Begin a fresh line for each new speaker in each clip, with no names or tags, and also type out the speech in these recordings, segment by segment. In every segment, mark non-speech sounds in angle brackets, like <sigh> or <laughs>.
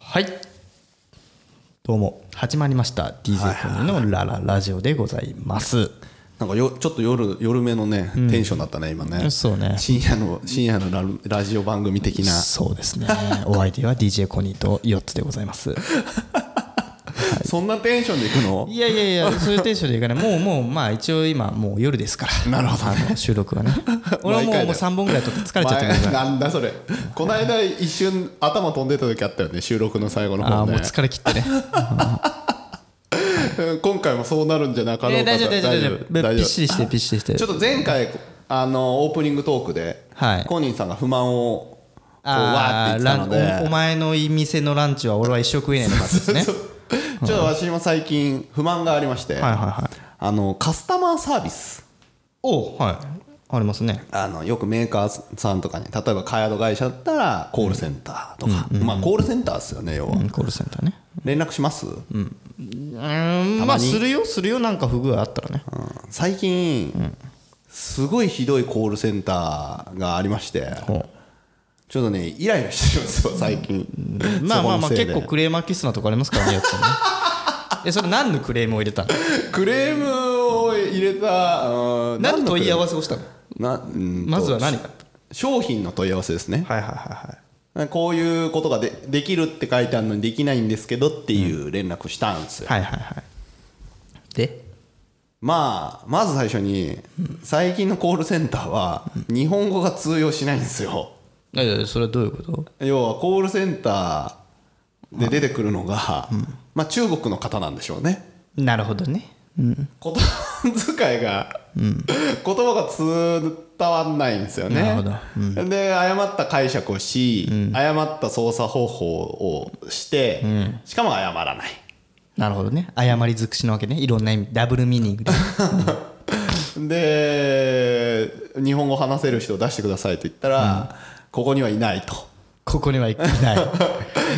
はいどうも始まりました DJ コニーのラララジオでございます
なんかよちょっと夜夜めのねテンションだったね、今ね
そうね
深夜の深夜のララジオ番組的な
そうですねお相手は DJ コニーと4つでございます
そんなテンションでいくの
いやいやいやそういうテンションでいかないもうもうまあ一応今もう夜ですから
なるほど
あの収録はね俺はもう
毎回だよ
もう3本ぐらい撮って疲れちゃった
前
から
なんだそれこの間一瞬頭飛んでた時あったよね収録の最後の
ああ
方
もう
ね
疲れ切ってね
うん <laughs> 今回もそうなるんじゃなか
い
ろ
や
うか
大
と
丈夫大丈夫大丈夫
大
び
丈
っしりしてびっしりして
ちょっと前回あのオープニングトークで、
はい
コニーさんが不満をこうわー
あ
っ
ー
て言っ
ラ
てたの
ンおお
で
前の店のランチは俺は一生食えないのかです
<laughs>
ね
ちょっと私も最近不満がありまして、
はいはいはい
あのカスタマーサービス
おうはいありますね
あのよくメーカーさんとかに例えばカード会社だったらコールセンターとか、まあ、コールセンターですよね要は、
うんコールセンターね
連絡します、
うーんまあするよするよなんか不具合あったらね
最近、すごいひどいコールセンターがありまして
ほ
ちょっとねイライラしてるんですよ最近
うまあまあまあ
そこのせい
結
で
構クレーマーキスなとこありますからねや <laughs> つはねえそれ何のクレームを入れたの
クレームを入れたうん
何の問い合
わ
わせをしたの
せなうんと
まずは何か
商品の問い合わせですね
はいはいはいはい
こういうことがでできるって書いてあるのにできないんですけどっていう連絡したんですよ、
はいはいはいで
まあまず最初に最近のコールセンターは日本語が通用しないんですよ
いやいやそれはどういうこと
要はコールセンターで出てくるのが、まあ、中国の方なんでしょうね
なるほどねうん
言葉遣いが、言葉が伝わんないんですよね
なるほど
で誤った解釈をし、誤った操作方法をして、しかも謝らない
なるほどね誤り尽くしなわけねいろんな意味ダブルミーニング <laughs> で
で日本語話せる人を出してくださいと言ったら、ここにはいないと
ここにはいない、 <laughs>
<laughs> だか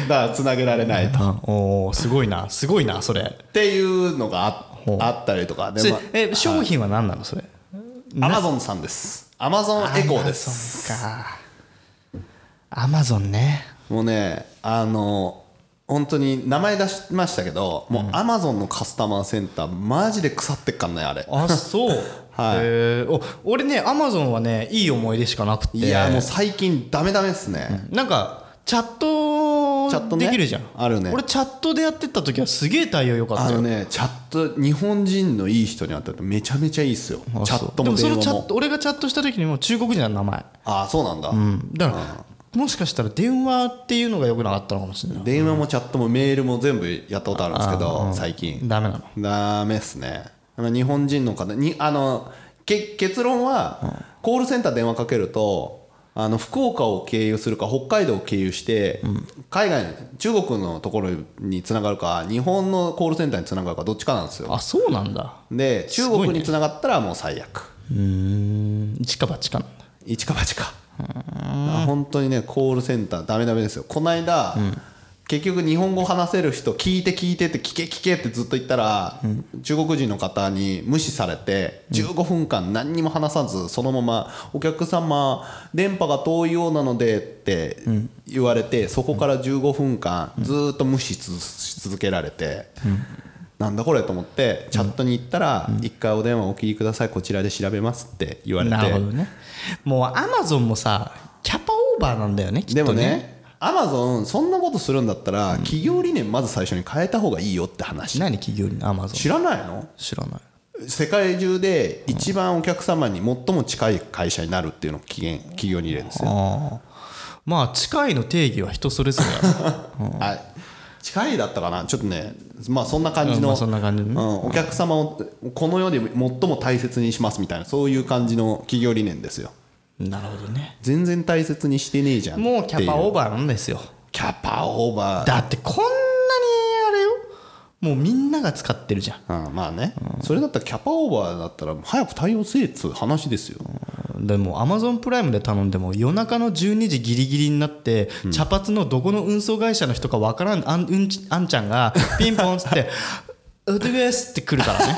らつなげられないと、っ
うん、おおすごいなすごいなそれ
ていうのがあ
ほう
あったりとか
そ
で
れ
ま
え商品は何なのそれ
アマゾンさんですアマゾンエコーです
アマゾンかアマゾンね
もうねあの本当に名前出しましたけどもうアマゾンのカスタマーセンターマジで腐ってっかんねあれ
あそう
はい
えーお俺ねアマゾンはねいい思い出しかなくて
いやもう最近ダメダメですね、
なんかチャット
チャットね
できるじゃん
あるね
俺チャットでやってった時はすげえ対応良かった
あの
よ
ねチャット日本人のいい人に会ったらめちゃめちゃいいっすよ
あ
チャ
そう
ットも
で
電
もそのチ
話
ャッ
も
ト俺がチャットした時にも中国人の名前
ああそうなんだ、
うんだからもしかしたら電話っていうのが良くなかったのかもしれない
電話もチャットもメールも全部やったことあるんですけど最近
ダメなの
ダメっすねあの日本人の方にあのけ結論はコールセンター電話かけるとあの福岡を経由するか北海道を経由して海外の中国のところにつながるか日本のコールセンターにつながるかどっちかなんですよ
あそうなんだ
で中
すごい
国
ね
につながったらもう最悪
うーん一か八かなんだ
一か八かあ本当にねコールセンターダメダメですよこの間、結局日本語話せる人聞いて聞いてって聞け聞けってずっと言ったら、中国人の方に無視されて15分間何にも話さずそのまま「お客様電波が遠いようなので」って言われてそこから15分間ずーっと無視つし続けられて。なんだこれと思ってチャットに行ったら「一回お電話お切りくださいこちらで調べます」って言われて
なるほどねもうアマゾンもさキャパオーバーなんだよねきっと
で
ね
もねアマゾンそんなことするんだったら、企業理念まず最初に変えた方がいいよって話
何企業にアマゾン
知らないの
知らない
世界中で一番お客様に最も近い会社になるっていうのが企業企業理念ですよ、
ああまあ近いの定義は人それぞれ
<laughs>
だから
あ近いだったかなちょっとねまあそんな感じ
うんま
の、
あそんな感じのね
うんお客様をこの世で最も大切にしますみたいなそういう感じの企業理念ですよ
なるほどね
全然大切にしてねえじゃん
もうキャパオー
ー
バーなんですよ
キャパオーバー
だってこんなにあれよもうみんなが使ってるじゃん
うん、まあね、それだったらキャパオーバーだったら早く対応せえっつう話ですよ、
でもアマゾンプライムで頼んでも夜中の12時ギリギリになって、茶髪のどこの運送会社の人かわからんあん,、うんち、あんちゃん
<laughs>
がピンポンっつって「うでです」って来る
<laughs>
からね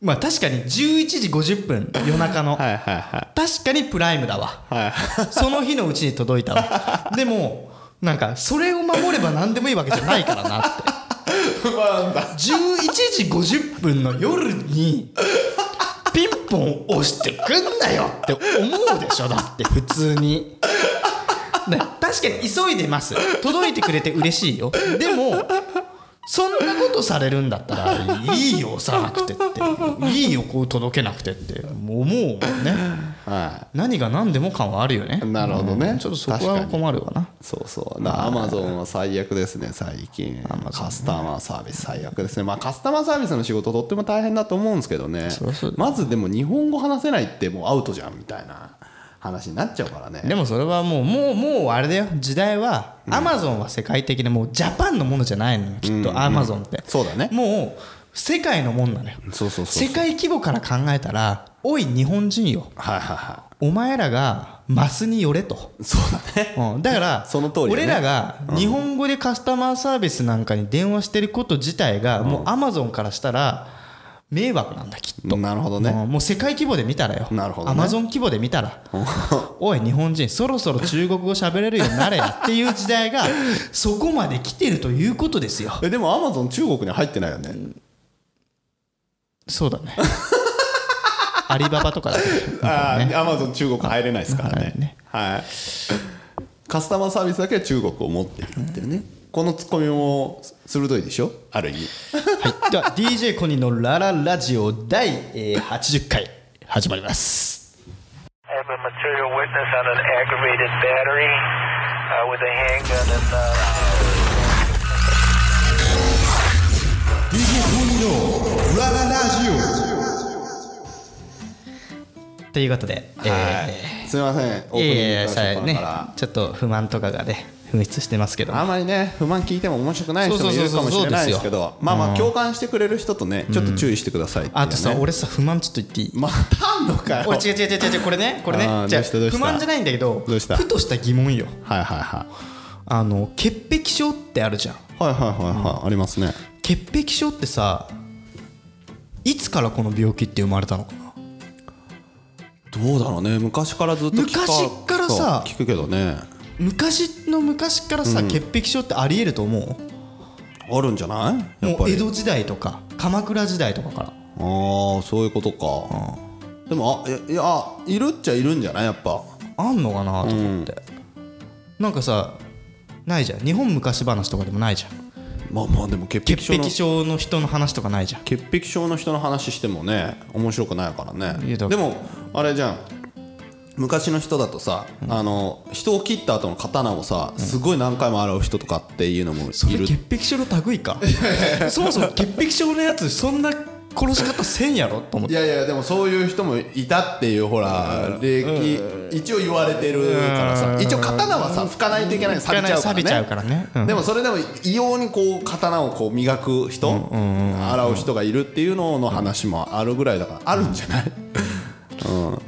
まあ確かに11時50分夜中の
はいはいは
確かにプライムだわ
いはい <laughs>
その日のうちに届いたわでもなんかそれを守れば何でもいいわけじゃないから
<laughs>
なって
まあ、
11時50分の夜にピンポン押してくんなよって思うでしょだって普通に。ね確かに急いでます届いてくれて嬉しいよでもそんなことされるんだったらいいよ押さなくてっていいよこう届けなくてって思うもんね
は
何が何でも感はあるよね
い。なるほどね。
ちょっとそこ
確か
は
に
困るわな
そうそう。だアマゾンは最悪ですね、最近。カスタマーサービス最悪ですね。まあ、カスタマーサービスの仕事とっても大変だと思うんですけどね
そうそう。
まずでも日本語話せないってもうアウトじゃんみたいな話になっちゃうからね。
でもそれはもうもうもうあれだよ時代はアマゾンは世界的なもうジャパンのものじゃないのよきっとアマゾンって
そうだね。
もう世界のもんなのよ
そうそうそ
世
う。
界規模から考えたらおい日本人よ
はいはいは
お前らがマスに寄れと、
い。そうだね。
うん、だから
その通りだね
俺らが日本語でカスタマーサービスなんかに電話してること自体がもうアマゾンからしたら迷惑なんだきっと
なるほどね。
うんもう世界規模で見たらよ
なるほど
ア
ね
マゾン規模で見たらおい日本人そろそろ中国語喋れるようになれやっていう時代
<laughs>
がそこまで来てるということですよ
えでもアマゾン中国に入ってないよね。
そうだ
<laughs>
ねアリババとかだけど
ああ、アマゾン中国入れないですから
はいね
ね。はい。カスタマーサービスだけは中国を持っているっていうね。このツッコミも鋭いでしょある意味。
はい、では DJ コニーの「ラララジオ」第えー80回始まります。
I have a material witness on an aggravated battery uh, with a handgun and. Uh
DJ ラララジオ
ということで、え
すみません、オープ
ーい
ニ
や
ン
いや
グ
さ
から
あ
だ
ね
か
ちょっと不満とかがね噴出してますけど
ら、あんまりね、不満聞いても面白くない人もいるかもしれないです
そうそうそうそ
け
う
ど、まあまあ、共感してくれる人とね、ちょっと注意してくださいっていうね
あとさ、俺さ不満ちょっと言っていい
またんの
<laughs>
かよ。
俺違う違う違う違うこれねこれ
あ
ね
ー
じゃあ
どうしたどうし
不
た
満じゃないんだけど
どうした
ふとした疑問よ
はいはいはい。
あの潔癖症ってあるじゃん
はいはいはいはい、ありますね。
潔癖症ってさいつからこの病気って生まれたのかな
どうだろうね、昔からずっと聞か
昔からさ
そう聞くけどね、
昔の昔からさ、潔癖症ってありえると思う
あるんじゃないや
も
っぱ
う江
り。
戸時代とか鎌倉時代とかから
ああ、そういうことか。でも、あいいや、あいるっちゃいるんじゃないやっぱ。
あんのかなと思って、なんかさないじゃん日本昔話とかでもないじゃん
まあまあ、でも潔
潔
癖症
癖。症の
の
人の話とかないじゃん
潔癖症の人の話してもね面白くないから
いや
ね
だ
でもあれじゃん昔の人だとさ、あの人を切った後の刀をさすごい何回も洗う人とかっていうのもいる
それ潔癖症の類いか
<laughs>
そもそも潔癖症のやつそんな殺し方せんやろと思っ
い
て
やいやでもそういう人もいたっていうほら礼儀一応言われてるからさ一応刀はさ拭かないといけない錆びちゃうからね
錆びちゃうからねうん
でもそれでも異様にこう刀をこう磨く人洗う人がいるっていうのの話もあるぐらいだからあるんじゃない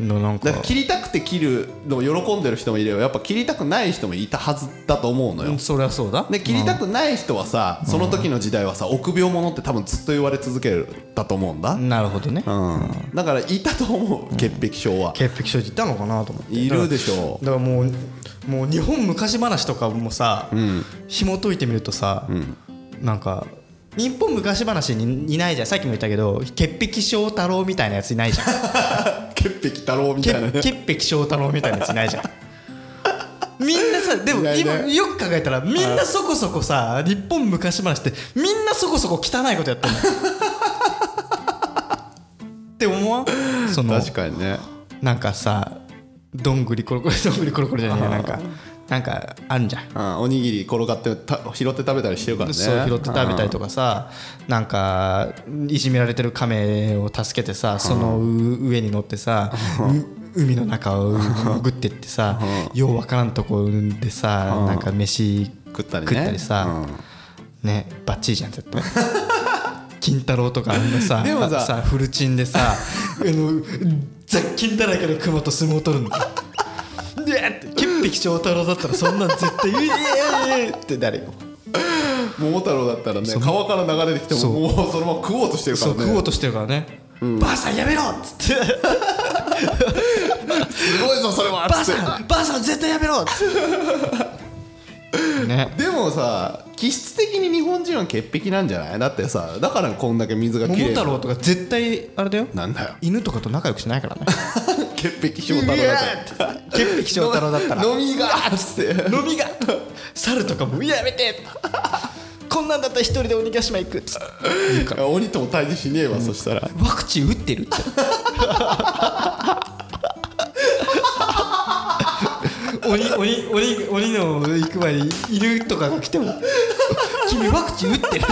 のなん
だ
か
から切りたくて切るのを喜んでる人もいればやっぱ切りたくない人もいたはずだと思うのよ、
そりゃそうだ
で切りたくない人はさ、その時の時代はさ臆病者って多分ずっと言われ続けるだと思うんだ、うん
なるほどね
だからいたと思う潔癖症は、
潔癖症っていたのかなと思って
いるでしょ
だからもうもう日本昔話とかもさ、紐解いてみるとさ、なんか日本昔話にいないじゃんさっきも言ったけど潔癖症太郎みたいなやついないじゃん
潔癖太郎みたいな
潔
ね
潔癖症太郎みたいなやついないじゃんみんなさでも
いない
今
ね
よく考えたらみんなそこそこさ日本昔話ってみんなそこそこ汚いことやってる <laughs> って思わんその
確かにね
なんかさどんぐりころころどんぐりころころじゃねえやなんかなんかあるんじゃん
うんおにぎり転がってた拾って食べたりしてるからね
そう拾って食べたりとかさなんかいじめられてる亀を助けてさそのう上に乗ってさう海の中を潜ってってさようわからんとこでさなんか飯
食ったりね
食ったりさねバッチリじゃん絶対。 <laughs> 金太郎とかあのさ
でもさ
あのフルチンで <laughs> さあの雑菌だらけのクマと相撲取るんだ <laughs> よ。でって潔癖症太郎だったらそんなん絶対「いやいやいや」ってなるよ。
うん桃太郎だったらね川から流れてきても
そう
もうそのまま食おうとしてるか
そ
ら
う
ね
食おうとしてるからね「ばあさんやめろ!」っつ
<laughs>
って
すごいぞそ
「
れは
ばあ
つって <laughs>
さんばあさん絶対やめろ!」っつってね
でもさ気質的に日本人は潔癖なんじゃないだってさだからこんだけ水がき
桃
れい
太郎とか絶対あれだよ
なんだよ
犬とかと仲良くしない
<laughs>
からね
潔癖翔太郎だった
潔癖症太郎だったら
<laughs> 飲みがっ
<laughs>
つって
飲みが猿とかも「やめて!」 <laughs> こんなんだったら一人で鬼ヶ島行く」っつって言うから
鬼とも対峙しねえわ、そしたら
「ワクチン打ってる?」って <laughs> 鬼鬼鬼鬼の行く前に犬とかが来ても「君ワクチン打ってる?」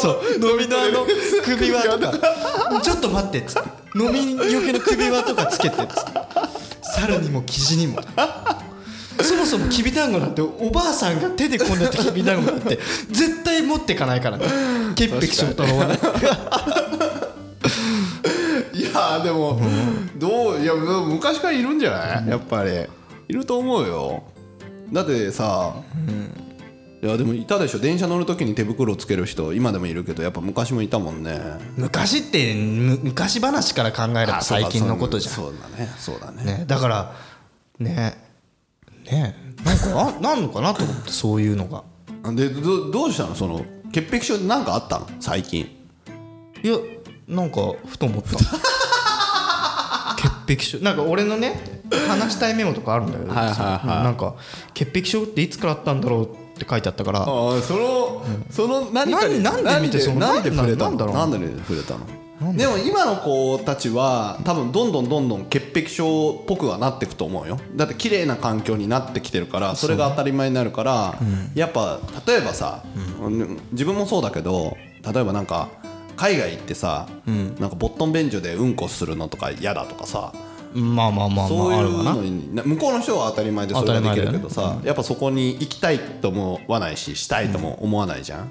そう飲みのあの首輪とか「 <laughs> ちょっと待って」っつって飲みよけの首輪とかつけてっつって猿にもキジにもそもそもきびだんごなんておばあさんが手でこんなやってきびだんごなんて絶対持ってかないからね潔癖症とはね
いやーでも、どういや昔からいるんじゃない、やっぱりいると思うよだってさ、いやでもいたでしょ電車乗る時に手袋をつける人今でもいるけどやっぱ昔もいたもんね
昔ってむ昔話から考えれば最近のことじゃん
そうだねそうだね
ね、だからねねなんかあなんのかなと思ってそういうのが
でどどうしたのその潔癖症なんかあったの最近
いやなんかふと思っ
<laughs>
た潔癖症なんか俺のね話したいメモとかあるんだけど
はいはいはい
うんなんか潔癖症っていつからあったんだろうって書いてあったから
ああその、その何かに
なんなんで見てその
なんで触れた
なんだろ
の
う
なんで触れたのでも今の子たちは多分どんどんどんどん潔癖症っぽくはなっていくと思うよだって綺麗な環境になってきてるからそれが当たり前になるから、やっぱ例えばさ、うん自分もそうだけど例えばなんか海外行ってさ、なんかボットン便所でうんこするのとか嫌だとかさ
まあまあまあま
そうい
あある
う
わな
のにな向こうの人は当たり前でそれができるけ
当
ど
たり前だ
さ、やっぱそこに行きたいとも思わないししたいとも思わないじゃん、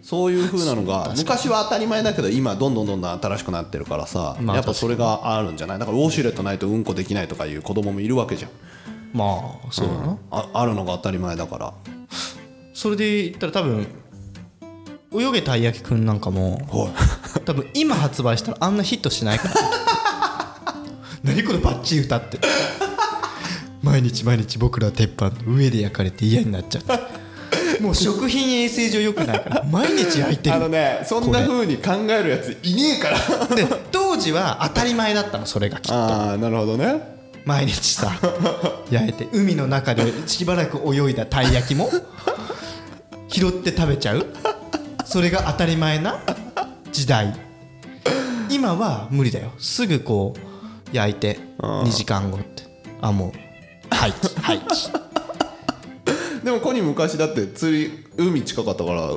そういう風なのが昔は当たり前だけど今どんどんどんどん新しくなってるからさ、
まあ
やっぱそれがあるんじゃないだからウォシュレットないとうんこできないとかいう子供もいるわけじゃん
まあそうだな、
ああるのが当たり前だから
それで言ったら多分泳げたい焼きくんなんかも <laughs> 多分今発売したらあんなヒットしないから <laughs> 何このバッチリ歌って毎日毎日僕らは鉄板の上で焼かれて嫌になっちゃってもう食品衛生上良くないから毎日焼いてる
<laughs> あのねそんな風に考えるやついねえ
<laughs>
から
で当時は当たり前だったのそれがきっと
ああなるほどね
毎日
<laughs>
さ焼いて海の中でしばらく泳いだたい焼きも拾って食べちゃうそれが当たり前な時代今は無理だよすぐこう焼いて2時間後ってあもう廃棄廃棄
でもコニー昔だって釣り海近かったから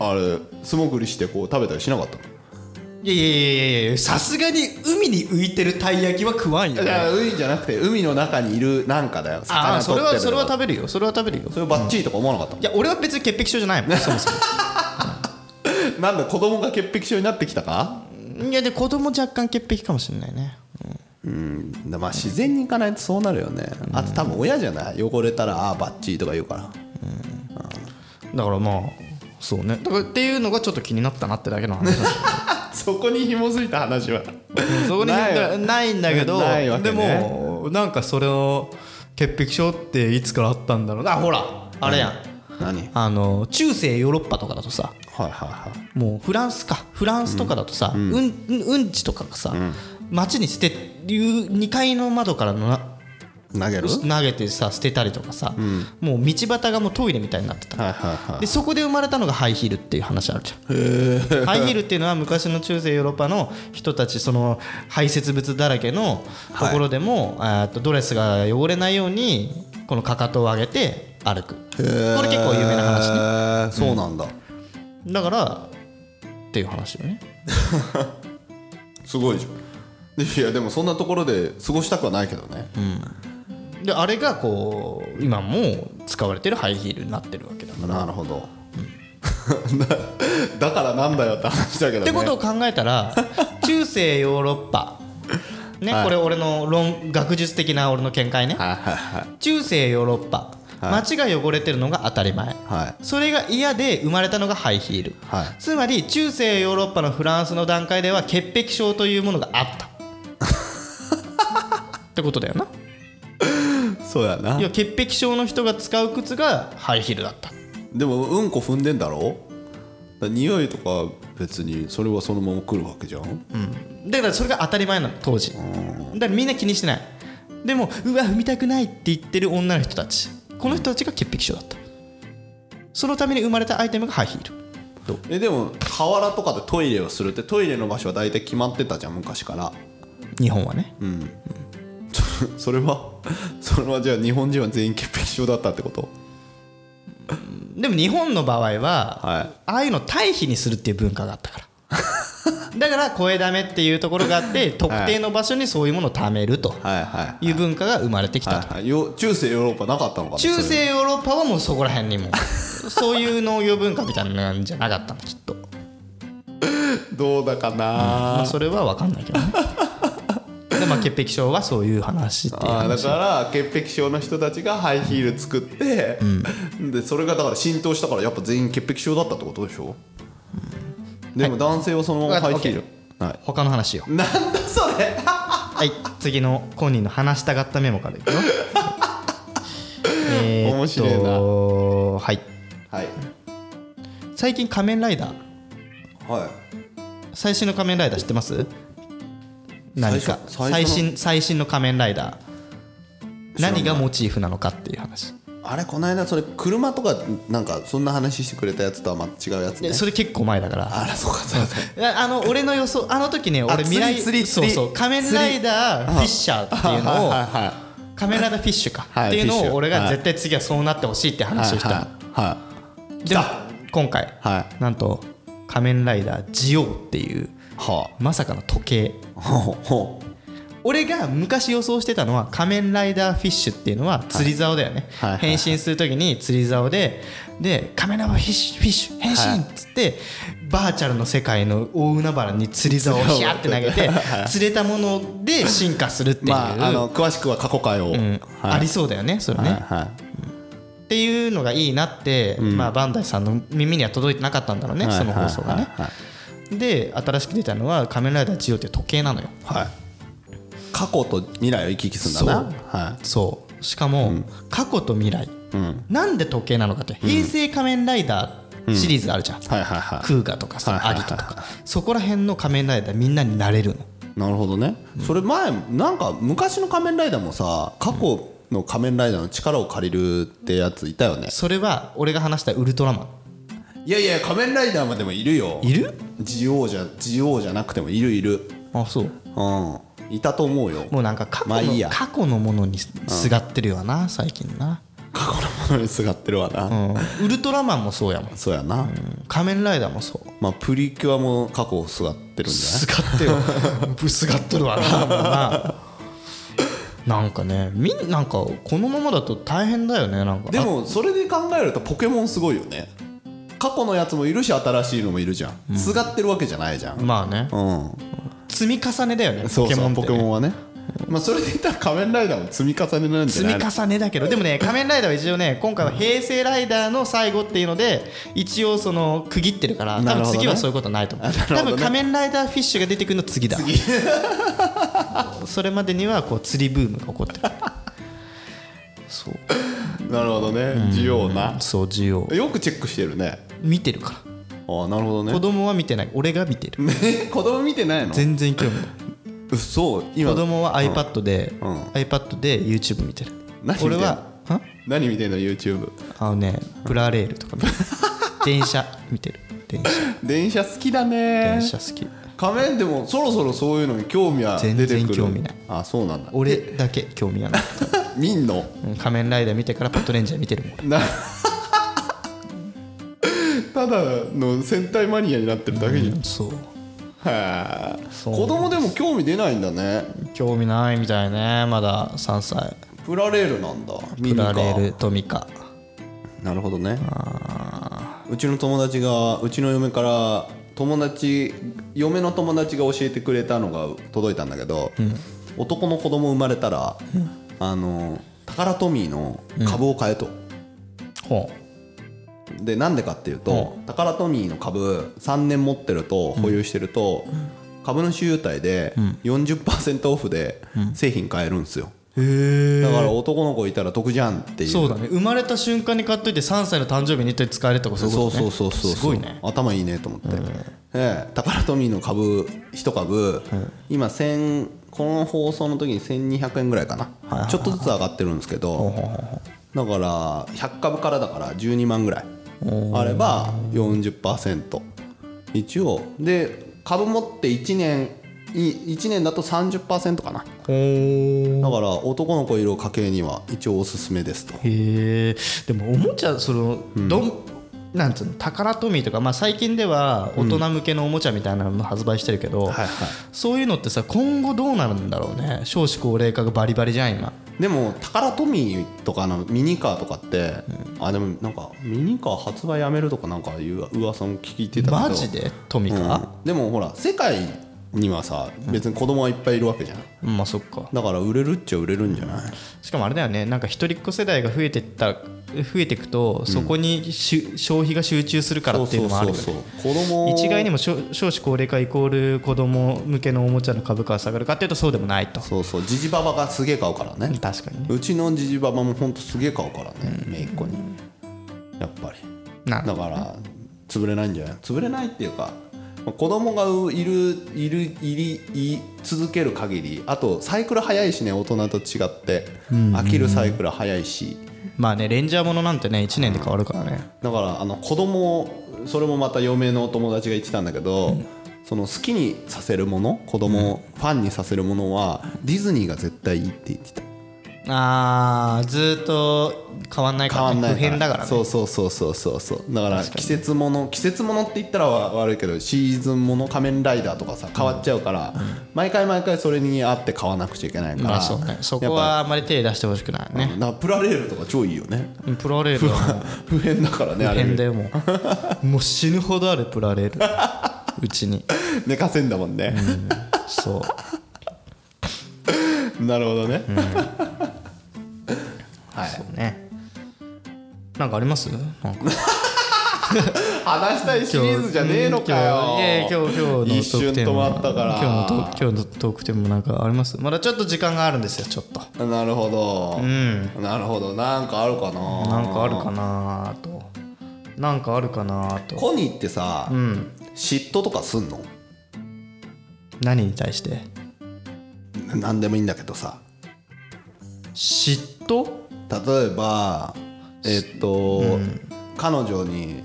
あれ素潜りしてこう食べたりしなかったの
いやいやいやいやさすがに海に浮いてるたい焼きは食わんよ
いや海じゃなくて海の中にいるなんかだよ
ああ
魚
それ
取って
は
る
それは食べるよそれは食べるよ
それバッチリとか思わなかっ
いや俺は別に潔癖症じゃ
<laughs>
ないもんそもそも
た、なんだ子供が潔癖症になってきたか
いやで子供若干潔癖かもしれないね
だまあ自然に行かないとそうなるよね、あと多分親じゃない汚れたらああバッチリとか言うから
だからまあそうねだからっていうのがちょっと気になったなってだけの話なんだ
そこに紐づいた話は
けどそこに
ない
だからないんだけど
ないわ
で
けね
もなんかそれを潔癖症っていつからあったんだろうなあほらあれやん、
何はい
あの中世ヨーロッパとかだとさ
はいはい
もうフランスかフランスとかだとさ、うんうんうんちとかがさ、街に捨て2階の窓からのな
投げる
投げてさ捨てたりとかさ、もう道端がもうトイレみたいになってた
はいはいはい
でそこで生まれたのがハイヒールっていう話あるじゃんハイヒールっていうのは昔の中世ヨーロッパの人たちその排泄物だらけのところでも、えーっとドレスが汚れないようにこのかかとを上げて歩くこれ結構有名な話ね
話ねそうなんだ、
だからっていう話よね
すごいじゃんいやでもそんなところで過ごしたくはないけどね、
であれがこう今も使われてるハイヒールになってるわけだから、
なるほど、 <laughs> なだからなんだよって話だけどね
ってことを考えた
<laughs>
ら中世ヨーロッパね、
はい
これ俺の論学術的な俺の見解ね、
はいはいはい
中世ヨーロッパ、
はい
街が汚れてるのが当たり前、
はい
それが嫌で生まれたのがハイヒール、
はい
つまり中世ヨーロッパのフランスの段階では潔癖症
<laughs>
というものがあったってことだよな
そうやない
や潔癖症の人が使う靴がハイヒールだった
でもうんこ踏んでんだろだから匂いとか別にそれはそのまま来るわけじゃん、
だからそれが当たり前なの当時だからみんな気にしてないでもうわ踏みたくないって言ってる女の人たちこの人たちが潔癖症だったそのために生まれたアイテムがハイヒール
えでも河原とかでトイレをするってトイレの場所は大体決まってたじゃん昔から
日本はね、
それは <laughs> それはじゃあ日本人は全員潔癖症だったってこと
でも日本の場合は、
はい
ああいうのを対比にするっていう文化があったから <laughs> だから声だめっていうところがあって特定の場所にそういうものを貯めると
はいはい
いう文化が生まれてきたと
はいはいよ中世ヨーロッパなかったのかな
中
そ
世
れ
ヨーロッパはもうそこら辺にもそういう農業文化みたいなのじゃなかったのきっと
どうだかな、
まあそれは分かんないけど
<laughs>
ねでまあ潔癖症はそういう話っていう
あーだ
話
から潔癖症の人たちがハイヒール作って、でそれがだから浸透したからやっぱ全員潔癖症だったってことでしょ、でも男性はそのままハイヒール、はい
他の話よ
なんだそ
<laughs>
れ
はい次の本人の話したがったメモからい
<laughs>
くよえーっと
面白
はい
はい
最近仮面ライダー
はい
最新の仮面ライダー知ってます何か
最
最
初
新最新の仮面ライダー何がモチーフなのかっていう話
あれこの間それ車とかなんかそんな話してくれたやつとはまた違うやつね
でそれ結構前だから
あらそうかそうか
いやあの俺の予想あの時ね
あ
俺
釣り
未来
釣り
そうそ
釣
う
り
仮面ライダーフィッシャーっていうのを
はいはいは
仮面ライダーフィッシュか
はい
っていう
フィッ
の
シュ
を俺が絶対次はそうなってほしいって
いは
話
い
をした
は
のでも今回
いはい
なんと仮面ライダージオウっていう
は
まさかの時計
あほうほう
俺が昔予想してたのは仮面ライダーフィッシュっていうのは釣り竿だよね、
はいはい
変身する時に釣り竿でで仮面ライダーフィッシュフィッシュ変
はい
身っつって、バーチャルの世界の大海原に釣り竿をヒャーって投げて釣れたもので進化するっていう、
まああの詳しくは過去回を、
うん
はい
ありそうだよねそれね、
はいはい
っていうのがいいなって、まあ、バンダイさんの耳には届いてなかったんだろうね、
はい
その放送がね、
はい
で新しく出たのは仮面ライダージオっていう時計なのよ
はい過去と未来を行き来するんだなは
そうしかも、過去と未来、
ん
なんで時計なのかって平成仮面ライダーシリーズあるじゃん、
いはいはいは
クーガとかさ、
はいはいはい
アギトとかそこら辺の仮面ライダーみんなになれるの
いなるほどね、それ前なんか昔の仮面ライダーもさ過去の仮面ライダーの力を借りるってやついたよね
それは俺が話したウルトラマ
いやいや仮面ライダーまでもいるよ
ンいる
ジオウじゃジオウじゃなくてもいるいる
あそう
うんいたと思うよ
もうなんか過去の,、
まあいいや
過去のものにすすがってるよな最近な、
過去のものにすがってるわな、
うんウルトラマンもそうやもん
そうやな、
仮面ライダーもそう
まあプリキュアも過去をすがってるんじゃない
すがって <laughs> よぶすがっとるわなもうななんかねみんなんかこのままだと大変だよねなんか
でもそれで考えるとポケモンすごいよね過去のやつもいるし新しいのもいるじゃんすがってるわけじゃないじゃん
あまあね
うん
積み重ねだよね
そうそう
ポ
ポ
ケ
ケ
モンってね
モンはねまあそれで言ったら仮面ライダーも積み重ねなんじゃ
積
な
み
いの
重ねだけどでもね仮面ライダーは一応ね今回は平成ライダーの最後っていうので一応その区切ってるから
な
多
る
分
ほどね
次はそういうことないと思う、
ほど
多
ね
分仮面ライダーフィッシュが出てくるの次だわ <laughs> それまでにはこう釣りブームが起こってるそう
なるほどね需要な
そう需要
よくチェックしてるね
見てるから
ああなるほどね
子供は見てない俺が見てる
<laughs> 子供見てないの
全然興味ない
そう今
子供は iPad で、
うん
iPad で YouTube 見てる
何見てんの
俺はん
何見てんの YouTube
あのねプラレールとか
<laughs>
見てる電車見てる電車
電車好きだね
電車好き
仮面でもそろそろそういうのに興味は出
全
て
然
くる
興味ない
あそうなんだ
俺だけ興味がない
見んの
うん仮面ライダー見てからパトレンジャー見てるもん俺
<laughs> なただの戦隊マニアになってるだけじゃん、
そう
はあ
そう
子供でも興味出ないんだね
興味ないみたいねまだ3歳
プラレールなんだミ
プ
ニカ
ラ
ー
レールトミカ
なるほどねうちの友達がうちの嫁から友達嫁の友達が教えてくれたのが届いたんだけど、男の子供生まれたら、あのタカラトミーの株を買えと、
ほ
でなんでかっていうと、タカラトミーの株3年持ってると保有してると、株主優待で40%オフで製品買えるんですよ、
うへえ
だから男の子いたら得じゃんっていう
そうだね生まれた瞬間に買っといて3歳の誕生日に手使えるとかそういう
そ
こ
う
とね
そうそうそう
すごいね
頭いいねと思って、ええタカラトミーの株一株、今1000この放送の時に1200円ぐらいかな、ちょっとずつ上がってるんですけど、だから100株からだから12万ぐらいあれば40%一応で株持って1年い1年だと30%かなだ
おー
から男の子いる家計には一応おすすめですと
へえでもおもちゃそのどんなんつうの宝トミーとか、まあ、最近では大人向けのおもちゃみたいなのも発売してるけど、
はい
そういうのってさ今後どうなるんだろうね少子高齢化がバリバリじゃん今
でもタカラトミーとかのミニカーとかって、あでもなんかミニカー発売やめるとかなんかいう噂も聞いてたけど
マジでトミカ、
うんでもほら世界にはさ別に子供はいっぱいいるわけじゃん
まあそっか
だから売れるっちゃ売れるんじゃない、
しかもあれだよねなんか一人っ子世代が増えてった増えていくとそこにしゅ、消費が集中するからっていうのもあるよね
そうそうそう子供
一概に
も
も少少子高齢化イコール子供向けのおもちゃの株価が下がるかっていうとそうでもないと
そうそうジジババがすげえ買うからね
確かにね
うちのジジババもほんとすげえ買うからね姪っ子にやっぱり
なる
だから潰れないんじゃない潰れないっていうかまあ子供がいるいるいりい続ける限りあとサイクル早いしね大人と違って飽きるサイクル早いし
まあねレンジャーものなんてね1年で変わるからね
だからあの子供をそれもまた嫁のお友達が言ってたんだけど、その好きにさせるもの子供をファンにさせるものはディズニーが絶対いいって言ってた
あーずーっと変わんないか
変
ら
わん
ね
ない
不変だから
そ
ね
うそうそうそうそうそうだから季節もの季節ものって言ったらわ悪いけどシーズンもの仮面ライダーとかさ変わっちゃうから、毎回毎回それに合って買わなくちゃいけないから、
まあそうねそこ
やっ
はあまり手出してほしくない
ぱ
ね
だからプラレールとか超いいよね <laughs>
プラレールは
不変だからねあ
不
れ
変だよも
<laughs>
うもう死ぬほどあるプラレールうちに
寝かせんだもんね、
そう
なるほどね、はい
そうねなんかありますなんか
話したい <laughs> シリーズじゃねえのかよ
今日いやいや今日今日の
一瞬止まったから
今日のトーク今日のトークテーマもなんかありますまだちょっと時間があるんですよちょっと
なるほど、なるほどなんかあるかな
なんかあるかなーとなんかあるかなーと
コニーってさ、
うん
嫉妬とかすんの
何に対して
何でもいいんだけどさ
嫉妬
例えばえっと、彼女に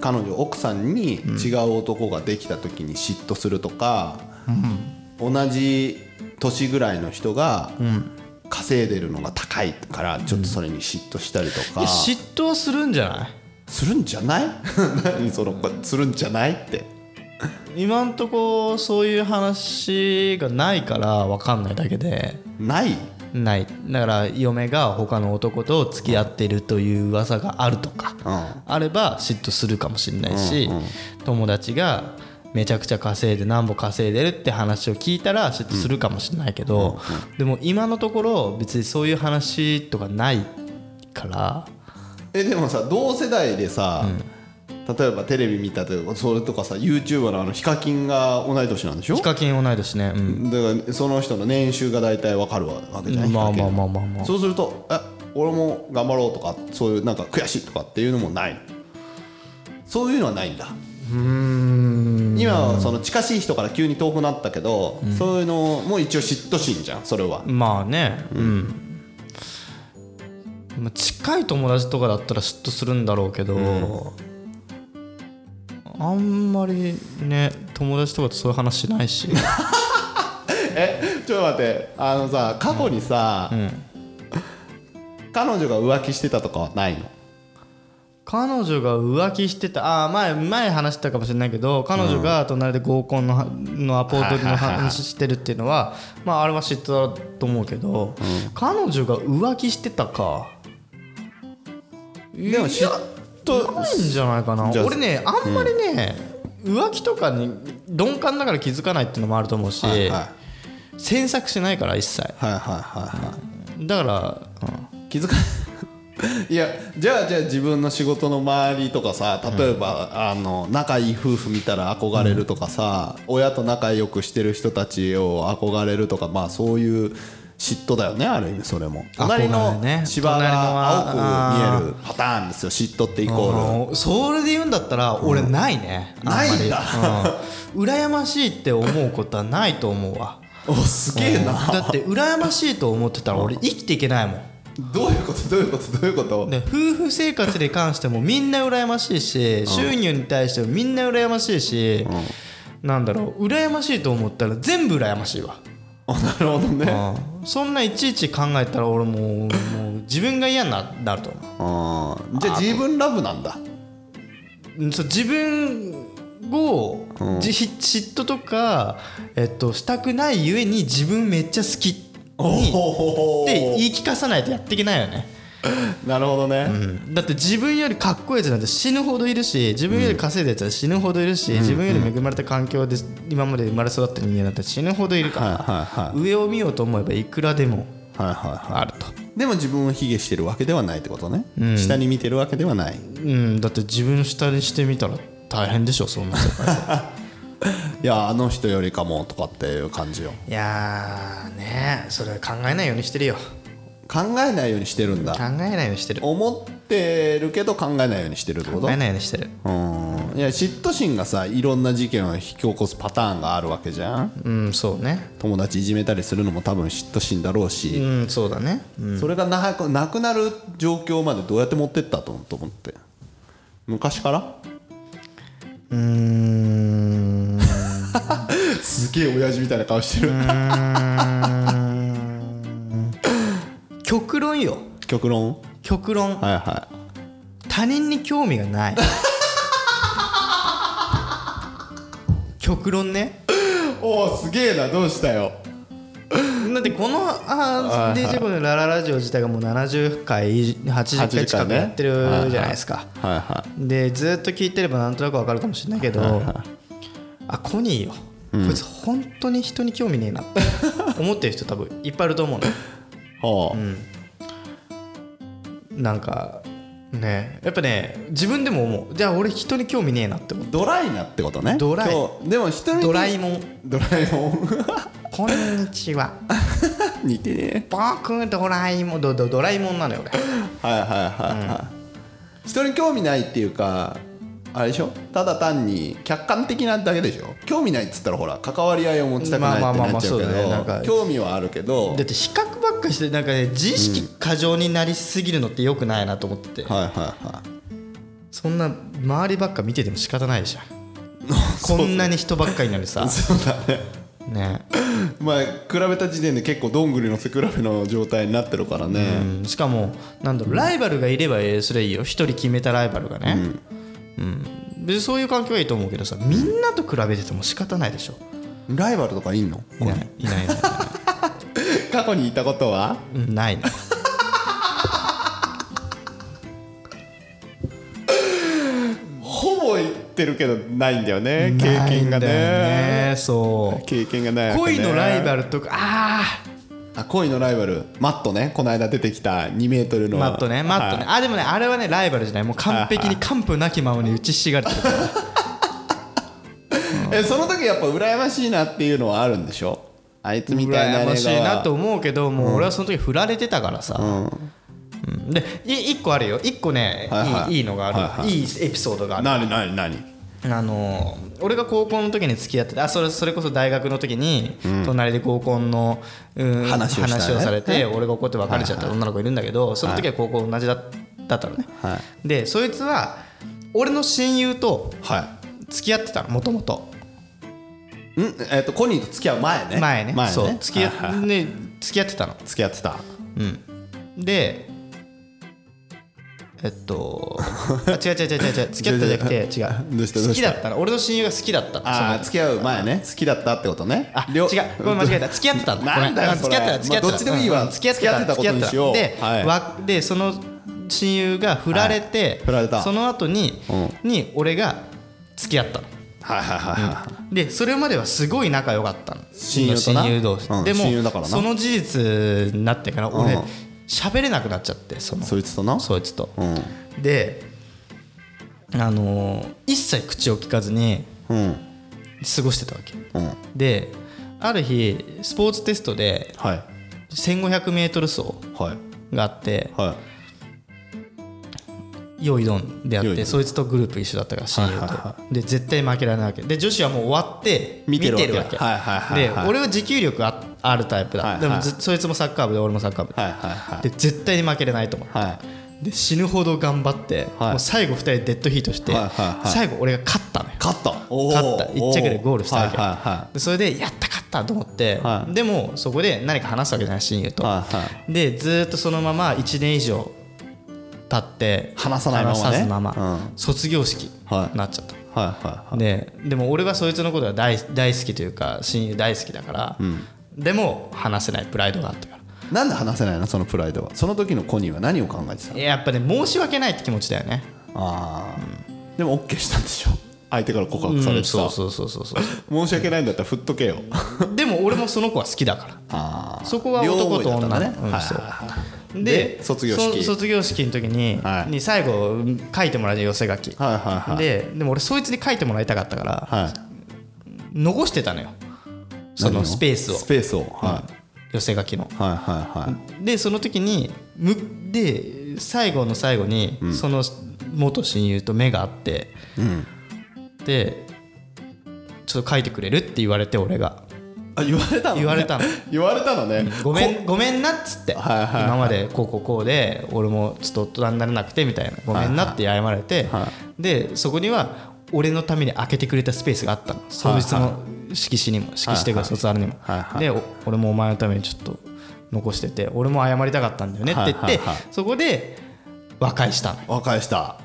彼女奥さんに違う男ができた時に嫉妬するとか、同じ年ぐらいの人が稼いでるのが高いからちょっとそれに嫉妬したりとか、
いや嫉妬はするんじゃない
するんじゃない <laughs> 何そのするんじゃないって
今んとこそういう話がないから分かんないだけで
ない
ないだから嫁が他の男と付き合ってるという噂があるとか、あれば嫉妬するかもしれないし、友達がめちゃくちゃ稼いで何歩稼いでるって話を聞いたら嫉妬するかもしれないけど、でも今のところ別にそういう話とかないから
えでもさ同世代でさ、例えばテレビ見たとかそれとかさ YouTuber のあのヒカキンが同い年なんでしょ
ヒカキン同い年ね、うん、
だからその人の年収が大体わかるわけじゃない、
まあ
ヒカキン
まあまあまあまあ
そうするとえ俺も頑張ろうとかそういうなんか悔しいとかっていうのもないそういうのはないんだ今はその近しい人から急に遠くなったけど、そういうのも一応嫉妬心じゃんそれは
まあねうん、まあ近い友達とかだったら嫉妬するんだろうけど、あんまりね友達とかとそういう話しないし
えちょっと待ってあのさ過去にさ、彼女が浮気してたとかはないの
彼女が浮気してたあー前前話したかもしれないけど彼女が隣で合コンのはのアポートリの話してるっていうのはまああれは嫉妬だと思うけど、彼女が浮気してたか
でも嫉妬
ないんじゃないかな
じゃあ
俺ねあんまりね、浮気とかに鈍感だから気づかないっていうのもあると思うし、
はいはい
詮索しないから一切
はいはいはいは
だから、
い気づか <laughs> いやじゃあじゃあ自分の仕事の周りとかさ例えば、あの仲いい夫婦見たら憧れるとかさ、親と仲良くしてる人たちを憧れるとかまあそういう嫉妬だよねある意味それも
あ
隣
そう
の
だよね
芝
隣の
が
は
青く見えるパターンですよ嫉妬ってイコール
うんそれで言うんだったら俺ないね、あまり
ないんだ
うん羨ましいって思うことはないと思うわ
おすげえな
だって羨ましいと思ってたら俺生きていけないもん
どういうことどういうことどういうこと
で夫婦生活に関してもみんな羨ましいし収入に対してもみんな羨ましいし、なんだろう羨ましいと思ったら全部羨ましいわ、
あなるほどね
うんそんないちいち考えたら俺もうもう自分が嫌にななると思う
あーじゃあ自分ラブなんだ
うんそう自分を、じ嫉妬とか、えっと、したくないゆえに自分めっちゃ好きに
お
って言
ー
い聞かさないとやっていけないよね、
なるほどね、
だって自分よりかっこいいやつなんて死ぬほどいるし自分より稼いだやつは死ぬほどいるし、自分より恵まれた環境で今まで生まれ育った人間なんて死ぬほどいるから、
はいはいはい
上を見ようと思えばいくらでも
はいはいは
あると、
いでも自分を卑下してるわけではないってことね、下に見てるわけではない
うん、だって自分の下にしてみたら大変でしょそんな世界
いやあの人よりかもとかっていう感じよ
<laughs> いやーねそれは考えないようにしてるよ
考えないようにしてるん
考
だ
えないようにしてる考
思ってるけど考えないようにしてるってこと
えないようにしてる
うんいや嫉妬心がさいろんな事件を引き起こすパターンがあるわけじゃん
うんそうね
友達いじめたりするのも多分嫉妬心だろう
う
し、
んそうだね、うん
それがなくなくなる状況までどうやって持ってったと思うと思って昔から
うー
<laughs>
ん
すげえ親父みたいな顔してる
極論よ
極論
極論
はいはい
他人に興味がない
<laughs>
極論ね
おおすげえなどうしたよ
だってこのあー DJ コのラララジオ自体がもう70回80回近くやってるじゃないですか、
はいは
でずっと聞いてればなんとなくわかるかもしれないけど、あコニーよ、こいつ本当に人に興味ねえなって思ってる人多分いっぱいいると思うの
いはあ、
なんかねやっぱね自分でも思うじゃあ俺人に興味ねえなって思う
ドライなってことね
ドライ
今日でも人に
ドラえもん
ドラえもん
こんにちは
似てね
僕ドラえもんドドドラえもんなのよ俺
はいはいはいはい、人に興味ないっていうかあれでしょただ単に客観的なだけでしょ興味ないっつったらほら関わり合いを持ちたくないって
まあまあまあ
なっちゃうけど、
そうだねなんか
興味はあるけど
だって比較ばっかしてなんかね自意識過剰になりすぎるのってよくないなと思ってて、
はいはいはい
そんな周りばっか見てても仕方ない <laughs> じゃんこんなに人ばっかりなのにさ <laughs> そうだねね
まあ比べた時点で結構どんぐりの背比べの状態になってるからね、
うんしかもなんだろうライバルがいればええそれいいよ一人決めたライバルがね、うん別にそういう環境はいいと思うけどさみんなと比べてても仕方ないでしょ
ライバルとかいんの
いないいないいない
過去にいたことは
<laughs> うんない <laughs> ね
ほぼ言ってるけどないんだよね経
ない
験
んだ
が
よ
ね
ねそう
経験がないわけね
恋のライバルとかあ
あ恋のライバルマットねこの間出てきた2メートル
あ
の
マットねマットね、あでもねあれはねライバルじゃないもう完璧に完膚なきままに打ちひしがれてるから
えその時やっぱ羨ましいなっていうのはあるんでしょあいつみたいな
羨ましいなと
思
思うけどもう俺はその時振られてたからさ、うんでい一個あるよ一個ね、
はい
い
はい
いいいのがある、
はい
いい、エピソードがある
なになになに
あの俺が高校の時に付き合っててあそれそれこそ大学の時に、隣で合コンの、うん
話をしたね
されて、俺が怒って別れちゃった女の子いるんだけど、その時は高校同じだだったのね、
は
でそいつは俺の親友と
は
付き合ってたのもともと
いんえっとコニーと付き合う前ね
前ねそう付き合,、
はいはい
ね、付き合ってたの
付き合ってた
でえっ
<laughs>
とあ違う違う違う違う違う付き合ったじゃなくて違う
どうしたどうした
好きだったの俺の親友が好きだったの
あ
そ
あ
の
付き合う前ね好きだったってことね
あ違
両
うごめん間違えた付き合ってたんだ
なんだよ
ごめんあ付
それ
き合ってた付き合ってた
まあどっちでもいいわ
うん付き合ってた
付き合ってたことにしよう
付き合ってた
はい
でわでその親友が振られて
振られた
その後に
う
に俺が付き合ったの
はいはいはいはい
でそれまではすごい仲良かったの
親友とな
親友同士、
うん
でも
親友だからな
その事実になってから俺
うん
喋れなくなっちゃってその
そいつとな
そいつと、
うん
であのー一切口を聞かずに
うん
過ごしてたわけ
うん
である日スポーツテストで
はい
1500m 走
はい
があって
はい
用意ドンでやっ
よいど
て
ん
そいつとグループ一緒だったから親友
はいはいは
とで絶対負けられないわけで女子はもう終わって
見てるわけ
で
はいはいはいはい
俺は持久力ああるタイプ
はいは
だ
い
でもずそいつもサッカー部で俺もサッカー部
はいはいはい
でで絶対に負けれないと思う
は
で死ぬほど頑張って
はい
もう最後2人デッドヒートして
はいはいはい
最後俺が勝ったのよ
い勝ったおー
勝った1着でゴールしたわけ
はいは
でそれでやった勝ったと思って、
はい
でもそこで何か話すわけじゃない親友と、
はいは
でずーっとそのまま1年以上経って
話さないままね
話さずまま
うん
卒業式
はい
になっちゃった、
いはいはいはい
ででも俺はそいつのことが大大好きというか親友大好きだから、でも話せないプライドがあったから
なんで話せないのそのプライドはその時のコニーは何を考えてたの
やっぱね申し訳ないって気持ちだよね
ああ、でも OK したんでしょ相手から告白され
うん
て
そ
さ、
うそうそうそうそう
申し訳ないんだったら振っとけよ
でも俺もその子は好きだから
あー
<laughs> そこは
両
男
思い
と
だったん
女
だ
ね
ね、
うん
はい
そう
はいはい
で
で卒業式
そ卒業式の時に,、
はい
に最後うん書いてもらえた寄せ書き、
はいはいはい
ででも俺そいつに書いてもらいたかったから、
はい
残してたのよそ
何
のスペースを
スペースを、はい
寄せ書きの
はいはいはい
でその時にむで最後の最後に、その元親友と目があって、でちょっと書いてくれるって言われて俺が
あ言われたの、ね、
言われたの
<laughs> 言われたのね、
ごめ
こ
んごめんなっつって、
はいはいはい
今までこうこうこうで俺もちょっと大人になれなくてみたいなごめんなって謝られて、
はいは
でそこには俺のために開けてくれたスペースがあったの当日の色紙にも色紙というか卒アルにも、
はいはい
でお俺もお前のためにちょっと残してて俺も謝りたかったんだよねって言って、
はいはいはい
そこで和解したのっ
和解した、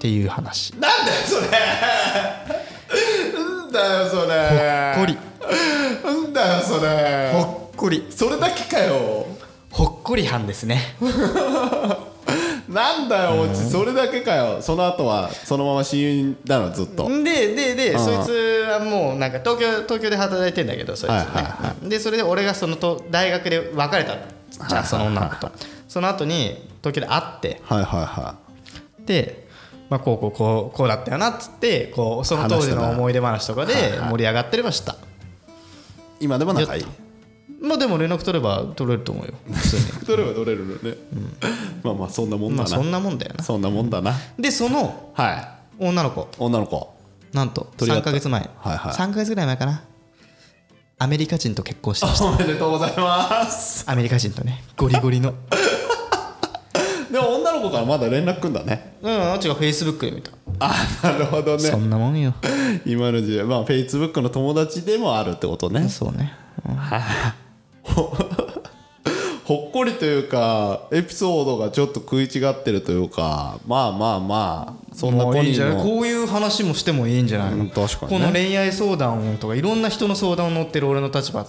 ていう話ほ
なんだよそれなんだよそれ
っこり
なんだよそれ
ほっこり
それだけかよ
ほっこり班ですね
なんだよおちそれだけかよその後はそのまま親友なのずっと
ででで、
ん
そいつはもうなんか東京東京で働いてんだけどそいつね、
はいはい
でそれで俺がそのと大学で別れたじゃあその女の子と、その後に東京で会って
はいはいは
で、まあ、こうこうこうこうだったよなっつってこうその当時
話した
の
な
思い出話とかで
はいはい
盛り上がってればした、
い今でも仲いい
やまあでも連絡取れば取れると
<laughs>
思うよ普通に
どれはどれるのね、まあまあそんなもんだ
ま
な、
あそんなもんだよな
そんなもんだな
でその
は
女の子
い女の子
なんと
取り
3
合った
か月前、
はいはい
3か月ぐらい前かなアメリカ人と結婚してました
おめでとうございます
アメリカ人とねゴリゴリの
でも女の子からまだ連絡くんだね
うん、あっちがフェイスブックで見た。
あなるほど
そ
ね
んなもんよ。
今の時代まあフェイスブックの友達でもあるってことね
そうね。
ほっこりというかエピソードがちょっと食い違ってるというかまあまあまあそんな
も
コ
ういいん
ニ
じゃな
ー
い
の
こういう話もしてもいいんじゃないの、
うん確かにね
この恋愛相談とかいろんな人の相談を乗ってる俺の立場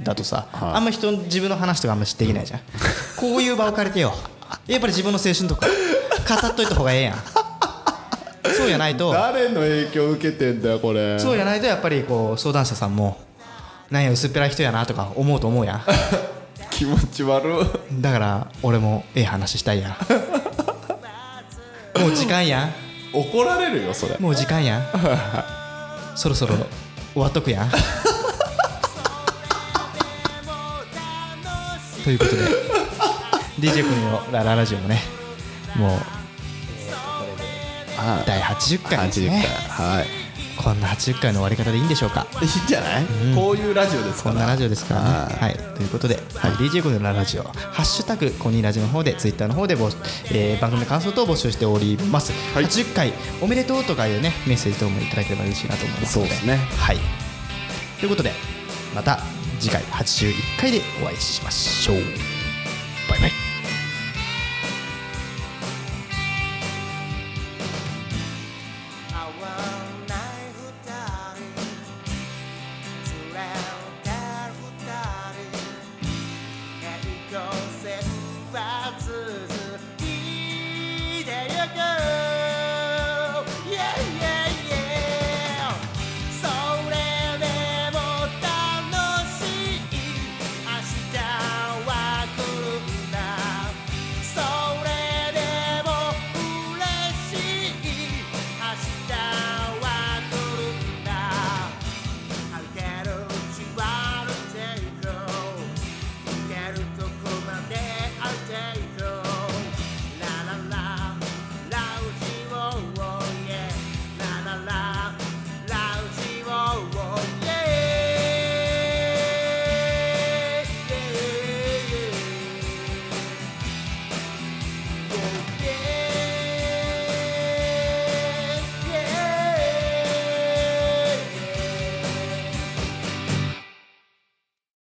だとさ、
はい
あんま人の自分の話とかあんま知っていけないじゃんこういう場を借り <laughs> てよやっぱり自分の青春とか語っといた方がええやんそうじゃないと
誰の影響受けてんだよこれ
そうじゃないとやっぱりこう相談者さんもなんや薄っぺらい人やなとか思うと思うや
気持ち悪い
んだから俺もええ話したいやんもう時間やん
怒られるよそれ
もう時間やんそろそろ終わっとくやんということで DJ 君のラララジオもねもう
はい
第80回です
80回
ね
はい
こんな80回の終わり方でいいんでしょうか
いいんじゃないこういうラジオです
こ
か
んな
ら
ラジオですからね
は。
はい、ということで、DJ コニーのラジオ、ハッシュタグコニーラジの方で、ツイッターの方で募集、えー番組の感想等を募集しております。
はい
80回おめでとうとかいうね、メッセージ等もいただければ嬉しいなと思いますので。
そうですね
はい。ということで、また次回81回でお会いしましょう。バイバイ。
合わない二人連れてる二人平行線は続いてゆく